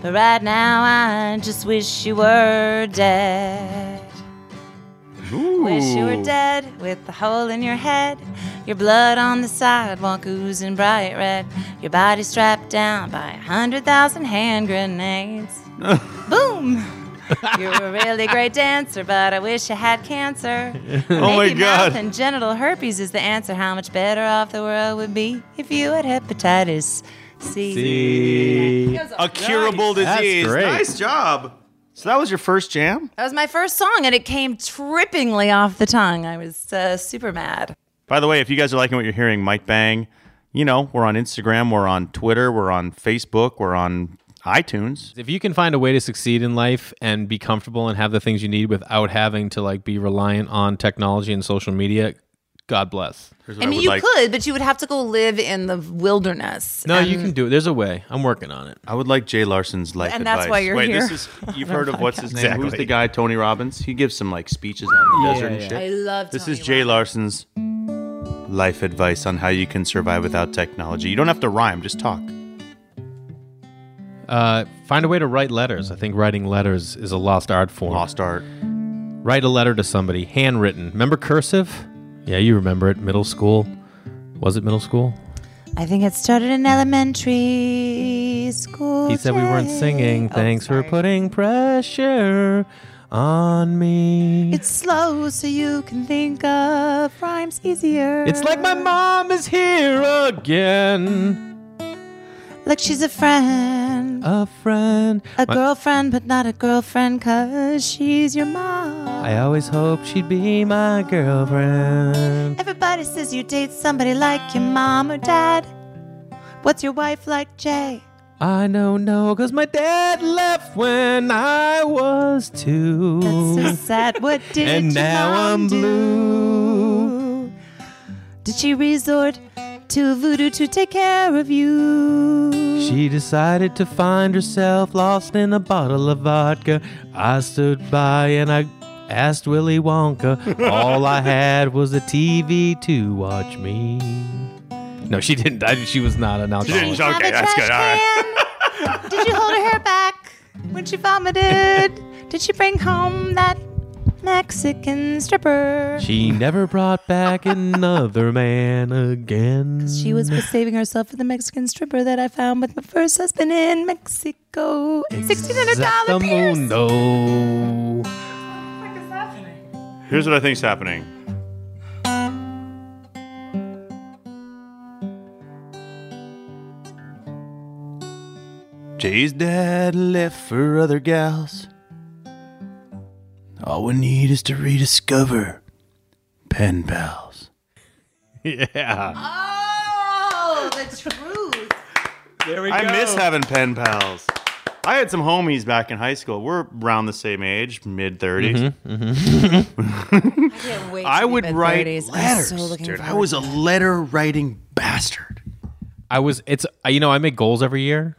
But right now I just wish you were dead. Wish you were dead with the hole in your head. Your blood on the sidewalk oozing bright red. Your body strapped down by a hundred thousand hand grenades. Boom! You're a really great dancer, but I wish you had cancer.
Oh my
Maybe
God.
Mouth and genital herpes is the answer. How much better off the world would be if you had hepatitis C.
See?
A curable
That's
disease.
great.
Nice job. So that was your first jam.
That was my first song, and it came trippingly off the tongue. I was uh, super mad.
By the way, if you guys are liking what you're hearing, Mike Bang, you know, we're on Instagram, we're on Twitter, we're on Facebook, we're on iTunes.
If you can find a way to succeed in life and be comfortable and have the things you need without having to like be reliant on technology and social media, God bless.
Here's what
I mean,
would
you
like.
could, but you would have to go live in the wilderness.
No, you can do it. There's a way. I'm working on it.
I would like Jay Larson's life
And
advice.
that's why you're
Wait, this
here.
is you've heard of what's his name? Who's
Exactly.
the guy? Tony Robbins. He gives some like speeches on the desert and shit.
I love
this
Tony
is Jay
Robbins.
Larson's life advice on how you can survive without technology. You don't have to rhyme, just talk.
Uh, find a way to write letters. I think writing letters is a lost art form.
Lost art.
Write a letter to somebody, handwritten. Remember cursive? Yeah, you remember it. Middle school. Was it middle school?
I think it started in elementary school.
He said we weren't
days.
singing.
Oh,
Thanks for
sorry.
putting pressure on me.
It's slow, so you can think of rhymes easier.
It's like my mom is here again.
like she's a friend.
A friend.
Mm-hmm. A
Uh, My-
girlfriend, but not a girlfriend, cause she's your mom.
I always hoped she'd be my girlfriend.
Everybody says you date somebody like your mom or dad. What's your wife like, Jay?
I don't know, cause my dad left when I was two.
So sad. What did
And
your
now
mom
I'm
do?
blue.
Did she resort to voodoo to take care of you?
She decided to find herself lost in a bottle of vodka. I stood by and I asked Willy Wonka. All I had was a TV to watch me. No, she didn't. I, she was not an alcoholic.
have a trash can? Did you hold her hair back when she vomited? Did she bring home that Mexican stripper?
She never brought back another man again.
She was saving herself for the Mexican stripper that I found with my first husband in Mexico. Sixteen hundred dollar beers.
Mundo.
Here's what I think's happening. Jay's dad left for other gals. All we need is to rediscover pen pals.
Yeah.
Oh, the truth.
There we
I miss having pen pals. I had some homies back in high school. We're around the same age, mid 30s. I would write letters, dude. I was a letter writing bastard.
I was. It's I- you know I make goals every year.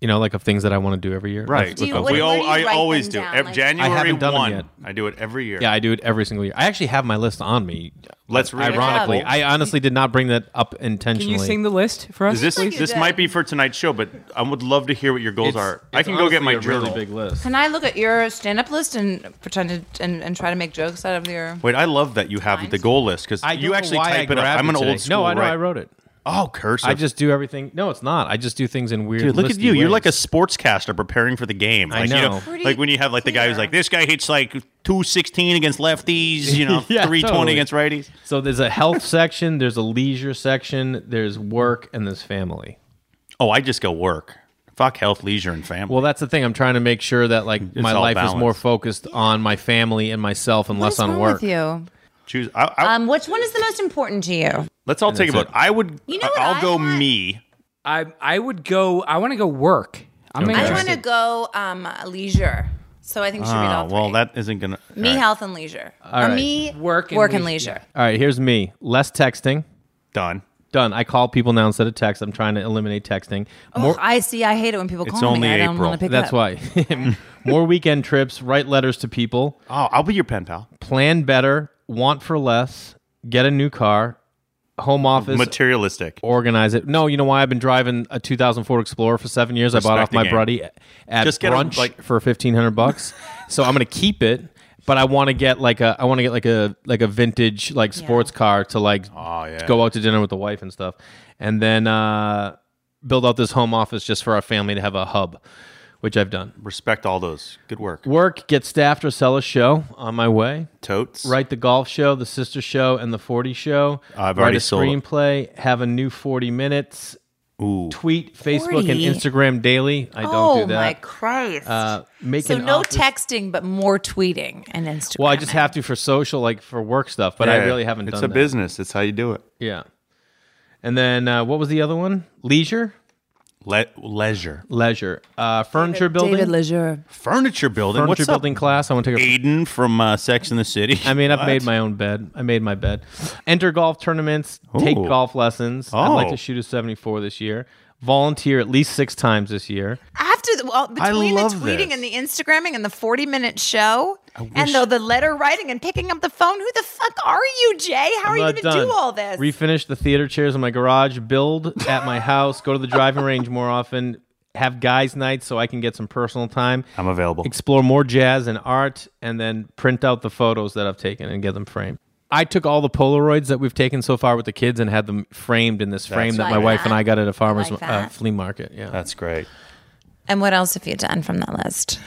You know, like of things that I want to do every year.
Right.
Do you-
uh, we
what- where
all,
do you
I
write
always
them
do.
down?
Ev-
Like-
January
I haven't done 'em
1.
yet.
I do it every year.
Yeah, I do it every single year. I actually have my list on me.
Let's read it.
Ironically,
Yeah.
I honestly did not bring that up
Can
intentionally.
you sing the list for us?
Is this
you
this
did.
might be for tonight's show, but I would love to hear what your goals
It's-
are. I
it's
can go get
honestly
my
a
journal.
Really big list.
Can I look at your stand-up list and pretend to and, and try to make jokes out of your?
Wait, I love that you have the goal list because
I don't
you
know
actually
why I
type it up.
grabbed
I'm an
today.
old school.
No, I know.
right?
I wrote it.
Oh, curse!
I just do everything. No, it's not. I just do things in weird.
Dude, look at
listy
you. You're like a
ways.
sportscaster preparing for the game.
I
Like, You
know.
know
Pretty
like when you have like the guy who's
clear.
like, this guy hits like 216 against lefties, you know,
Yeah,
320
totally.
against righties.
So there's a health section, there's a leisure section, there's work, and there's family.
Oh, I just go work. Fuck health, leisure, and family.
Well, that's the thing. I'm trying to make sure that like my
all
life is
balanced.
more focused on my family and myself and less
What's
on
wrong
work.
with you?
Choose. I, I,
Um, which one is the most important to you?
let's all take a
that's
vote. I would.
You know what
I'll
I
go
want?
me.
I I would go. I want to go work. I'm
Okay. I
I
interested.
want to go um, leisure, so I think it should be
Oh,
Ah, Uh,
all three.
well, that isn't gonna.
me
all right.
health and leisure, or
right.
me
Work and
work and
leisure.
leisure.
All right, here's me. Less texting.
Done.
Done. I call people now instead of text. I'm trying to eliminate texting. More.
Ugh, Oh, I see. I hate it when people
It's
call
only
me. I don't
April.
want to pick
that's
up.
why. More weekend trips. Write letters to people.
Oh, I'll be your pen pal.
Plan better. Want for less. Get a new car. Home office.
Materialistic.
organize it. No, you know why? I've been driving a 2004 Explorer for seven years. I bought
Respect
off
the
my
game.
buddy at
Just get a,
brunch
like-
for 1500 bucks. so I'm gonna keep it, but I want to get like a I want to get like a like a vintage like sports car to like
Oh, yeah.
go out to dinner with the wife and stuff, and then uh, build out this home office just for our family to have a hub, which I've done.
Respect all those. Good work.
Work, get staffed or sell a show on my way.
Totes.
Write the golf show, the sister show, and the 40 show.
I've
Write
already
a
sold it.
screenplay. Have a new 40 minutes
Ooh.
tweet, Facebook, and
40?
Instagram daily. I
oh
don't do
my
that.
Christ!
Uh, make
so
an
no
office-
texting, but more tweeting and Instagram.
Well, I just have to for social, like for work stuff, but I
Yeah,
really haven't
It's
done
a
that.
business. It's how you do it.
Yeah. And then uh, what was the other one? Leisure,
Le- leisure.
leisure, uh, furniture building,
David Leisure.
Furniture building.
furniture
What's
building class. I want to take a.
Aiden from uh, Sex in the City.
I mean, I've
What?
made my own bed. I made my bed. Enter golf tournaments. Take
Ooh.
golf lessons. I'd like
Oh.
to shoot a seventy-four this year. Volunteer at least six times this year.
After the, well, between the
love
tweeting
this.
and the Instagramming and the forty-minute show, and though the letter writing and picking up the phone, who the fuck are you, Jay? How are
I'm
you
not
going to
done.
do all this?
Refinish the theater chairs in my garage, build at my house, go to the driving range more often, have guys' nights so I can get some personal time,
I'm available.
explore more jazz and art, and then print out the photos that I've taken and get them framed. I took all the Polaroids that we've taken so far with the kids and had them framed in this frame that my
right.
wife and I got at a farmer's
Like
uh,
that.
flea market. Yeah.
That's great.
and what else have you done from that list?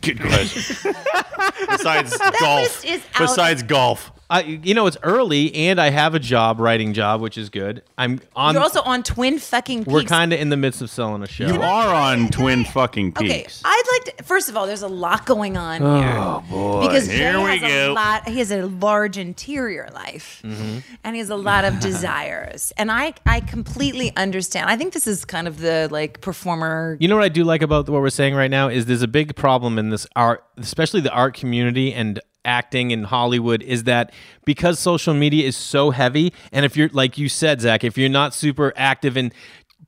Good question. Besides golf.
list is out.
Besides golf.
I, you know, it's early and I have a job, writing job, which is good. I'm on.
You're also on Twin Fucking Peaks.
we're kind of in the midst of selling a show.
You are on Twin Fucking
Okay,
Peaks.
I'd like to. First of all, there's a lot going on here. Oh boy! Because
Here
Jay
we
has a
go.
lot. He has a large interior life, and he has a lot of desires. And I, I completely understand. I think this is kind of the like performer.
You know what I do like about what we're saying right now is there's a big problem in this art, especially the art community and acting in Hollywood, is that because social media is so heavy, and if you're like you said, Zach, if you're not super active and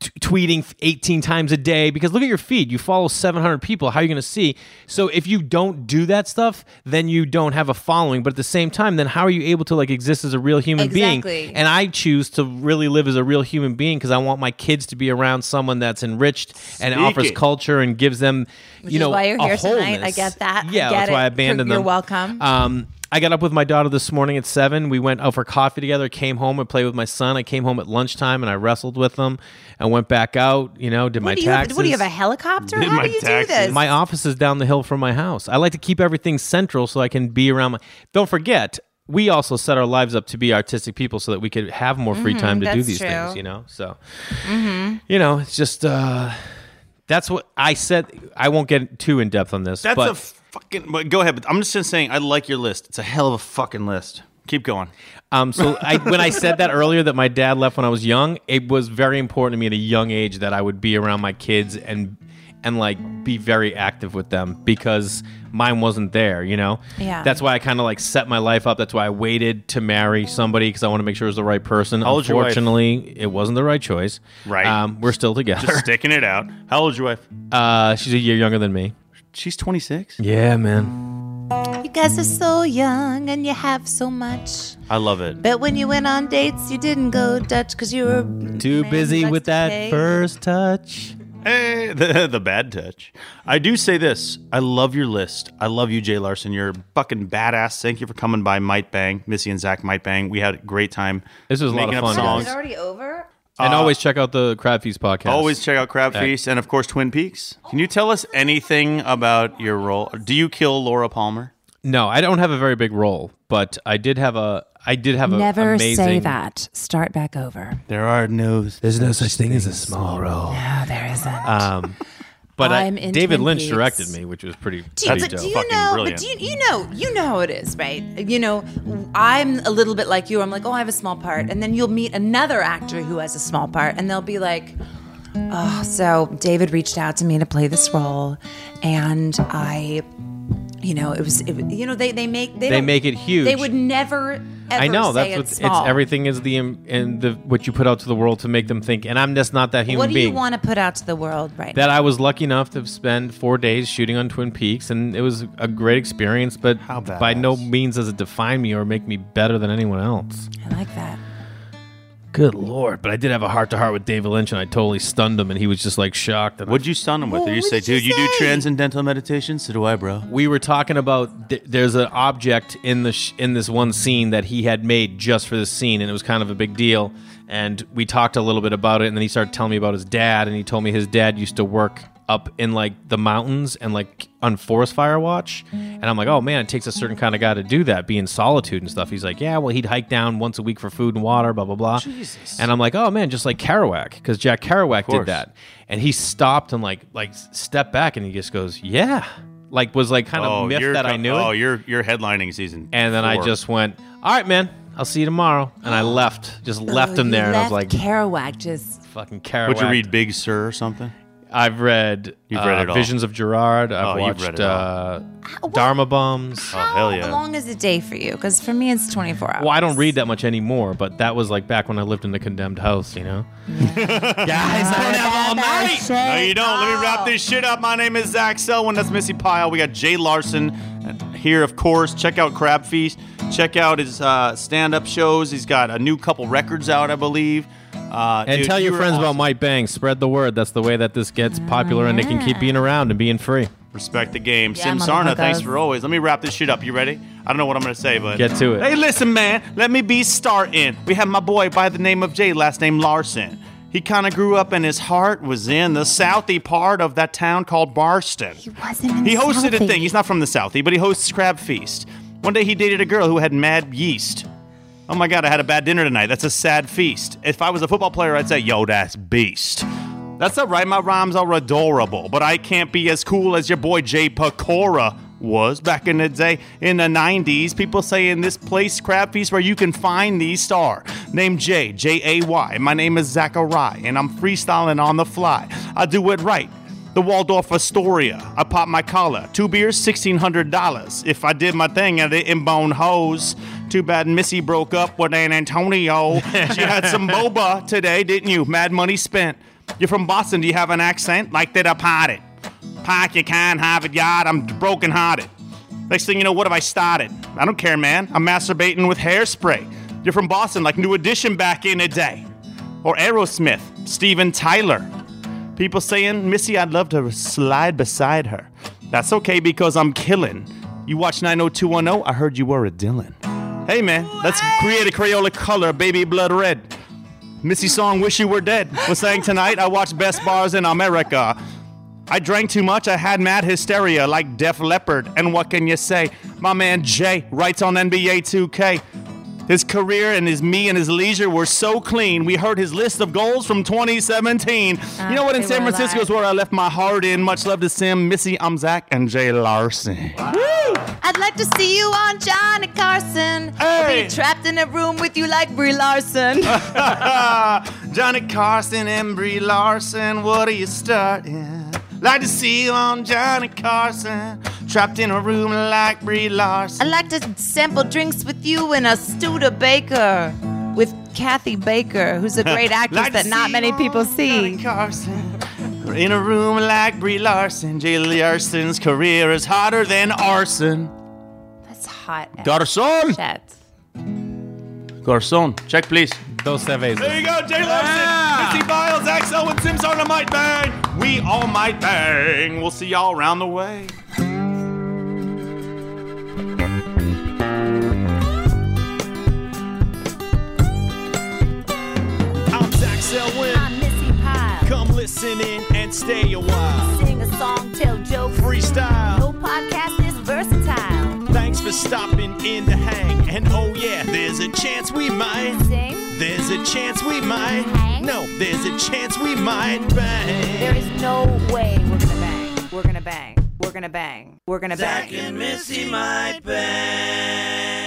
t- tweeting 18 times a day, because look at your feed, you follow 700 people, how are you going to see? So if you don't do that stuff, then you don't have a following. But at the same time, then how are you able to like exist as a real human
Exactly.
being? And I choose to really live as a real human being because I want my kids to be around someone that's enriched and offers
it.
culture and gives them, you
is
know,
why you're
a
here tonight.
wholeness.
I get that. I
Yeah,
get
that's why I
it.
abandoned
You're
them.
welcome.
Um, I got up with my daughter this morning at seven. We went out for coffee together. Came home and played with my son. I came home at lunchtime and I wrestled with them. and went back out. You know, did my
What do you?
taxes.
Have, what do you have a helicopter? How
my
do you
taxes.
do this?
My office is down the hill from my house. I like to keep everything central so I can be around my. Don't forget, we also set our lives up to be artistic people so that we could have more free time to do
Mm-hmm, that's
these
true. Mm-hmm.
things, you know? So, you know, it's just, uh, that's what I said. I won't get too in depth on this.
That's
but
a fucking. But go ahead. But I'm just saying, I like your list. It's a hell of a fucking list. Keep going.
Um, so I, when I said that earlier that my dad left when I was young, it was very important to me at a young age that I would be around my kids and and like be very active with them because mine wasn't there, you know?
Yeah.
That's why I kind of like set my life up. That's why I waited to marry somebody because I want to make sure it was the right person.
How old's your wife?
Unfortunately, it wasn't the right choice.
Right.
Um, we're still together.
Just sticking it out. How old's your wife?
uh, she's a year younger than me.
She's 26.
Yeah, man.
You guys are so young and you have so much.
I love it.
But when you went on dates, you didn't go Dutch because you were
Too
man
busy
who likes
with
to
that
pay.
first touch.
Eh, the, the bad touch. I do say this. I love your list. I love you, Jay Larson. You're fucking badass. Thank you for coming by Might Bang. Missy and Zach Might Bang. We had a great time.
This was a lot of
making
fun,
up
guys.
songs.
Is it already over?
and always check out the Crab Feast podcast.
Uh, Always check out Crab Feast and, of course, Twin Peaks. Can you tell us anything about your role? Do you kill Laura Palmer?
No, I don't have a very big role, but I did have a. I did have a
Never
amazing,
say that. Start back over.
There are no.
There's no such thing as a small
No,
role.
Oh, there isn't.
Um, but I,
I'm in
David
Twin
Lynch
Peaks.
directed me, which was pretty,
Do you,
pretty
but do
dope.
you
fucking
know?
brilliant.
But do you, you know? You know how it is, right? You know, I'm a little bit like you. I'm like, oh, I have a small part, and then you'll meet another actor who has a small part, and they'll be like, oh, so David reached out to me to play this role, and I, you know, it was, it, was- you know, they they make they,
They
don't-
make it huge.
They would never. Ever
I
say
know that's what
it's,
it's,
small.
everything is the im- and the what you put out to the world to make them think. And I'm just not that human
What do
being.
you want to put out to the world right
that I was lucky enough to spend four days shooting on Twin Peaks, and it was a great experience. But
How
by no
badass.
means does it define me or make me better than anyone else.
now? I like that.
Good lord! But I did have a heart to heart with David Lynch, and I totally stunned him, and he was just like shocked. And
What'd you stun him with? Did you
what
say,
did you
dude, you do
say?"
transcendental meditation? So do I, bro.
we were talking about th- there's an object in the sh- in this one scene that he had made just for this scene and it was kind of a big deal and we talked a little bit about it and then he started telling me about his dad and he told me his dad used to work up in like the mountains and like on forest fire watch and i'm like oh man it takes a certain kind of guy to do that be in solitude and stuff he's like yeah well he'd hike down once a week for food and water blah blah blah Jesus. and i'm like oh man just like kerouac because jack kerouac did
course.
that and he stopped and like like stepped back and he just goes yeah like was like kind of miffed
you're
that I
com-
knew
Oh,
it.
you're you're headlining season.
And then I
four.
just went, all right, man, I'll see you tomorrow. And I left, just left
Oh,
him
you
there, and I was like,
left Kerouac just
fucking Kerouac.
Would you read Big Sur or something?
I've read,
You've
uh,
read it all.
Visions of Gerard.
Oh,
I've
you've
watched
read it
uh, Dharma Bums.
Oh, hell yeah.
How long is a day for you? Because for me, it's 24 hours.
Well, I don't read that much anymore, but that was like back when I lived in a condemned house, you know? Guys, I don't have all night.
No, you don't. Let me wrap this shit up. My name is Zach Selwyn. That's Missy Pyle. We got Jay Larson here, of course. Check out Crab Feast. Check out his uh, stand-up shows. He's got a new couple records out, I believe. Uh,
And
dude,
tell your
you are
friends about
awesome.
Mike Bang. Spread the word. That's the way that this gets popular and it can keep being around and being free.
Respect the game.
Yeah,
Sim
motherfuckers.
Sarna, thanks for always. Let me wrap this shit up. You ready? I don't know what I'm going to say, but.
Get to it.
Hey, listen, man. Let me be starting. We have my boy by the name of Jay, last name Larson. He kind of grew up and his heart was in the southy part of that town called Barston. He
wasn't in
He
the
hosted a
Southie.
thing. He's not from the Southie, but he hosts Crab Feast. One day he dated a girl who had mad yeast. Oh my God, I had a bad dinner tonight. That's a sad feast. If I was a football player, I'd say, yo, that's beast. That's all right. My rhymes are adorable, but I can't be as cool as your boy Jay Pecora was back in the day in the 90s. People say in this place, Crab Feast, where you can find the star named Jay, J A Y. My name is Zachariah, and I'm freestyling on the fly. I do it right the Waldorf Astoria. I popped my collar. Two beers, $1,600. If I did my thing, I didn't bone hoes. Too bad Missy broke up with Aunt Antonio. She had some boba today, didn't you? Mad money spent. You're from Boston. Do you have an accent? Like that I potted. Park your kind, Harvard Yard. I'm broken hearted. Next thing you know, what have I started? I don't care, man. I'm masturbating with hairspray. You're from Boston, like New Edition back in the day. Or Aerosmith, Steven Tyler. People saying, Missy, I'd love to slide beside her. That's okay because I'm killing. You watch 90210? I heard you were a Dylan. Hey, man, let's create a Crayola color, baby blood red. Missy song, Wish You Were Dead, was sang tonight. I watched Best Bars in America. I drank too much. I had mad hysteria like Def Leppard. And what can you say? My man Jay writes on NBA 2K. His career and his me and his leisure were so clean. We heard his list of goals from 2017. you know what? In
Ah, they
San
were
Francisco
alive.
is where I left my heart in. Much love to Sim, Missy, I'm Zach, and Jay Larson.
I'd like to see you on Johnny Carson. I'll
Hey. Uh.
be trapped in a room with you like Brie Larson.
Ah, Johnny Carson and Brie Larson, what are you starting? Like to see on Johnny Carson, trapped in a room like Brie Larson.
I like to sample drinks with you in a Studebaker with Kathy Baker, who's a great actress
Like to
that not
see
many people
Johnny
see.
Carson. In a room like Brie Larson, Jay Larson's career is hotter than arson.
That's hot. as
Garson!
shit.
Garson, check please. Ah.
Dos cervezas.
There you go, Jay Larson, Missy Biles, Axel, and Sims on a might bang. We all might bang. We'll see y'all around the way. I'm Zach Selwyn.
I'm Missy Pyle.
Come listen in and stay a while.
Sing a song, tell jokes.
Freestyle.
No podcast is versatile.
Thanks for stopping in to hang. And oh yeah, there's a chance we might.
Sing.
There's a chance we might.
Hang?
No, there's a chance we might
There
bang.
is no way we're gonna bang. We're gonna bang. We're gonna bang. We're gonna bang.
Missy might bang.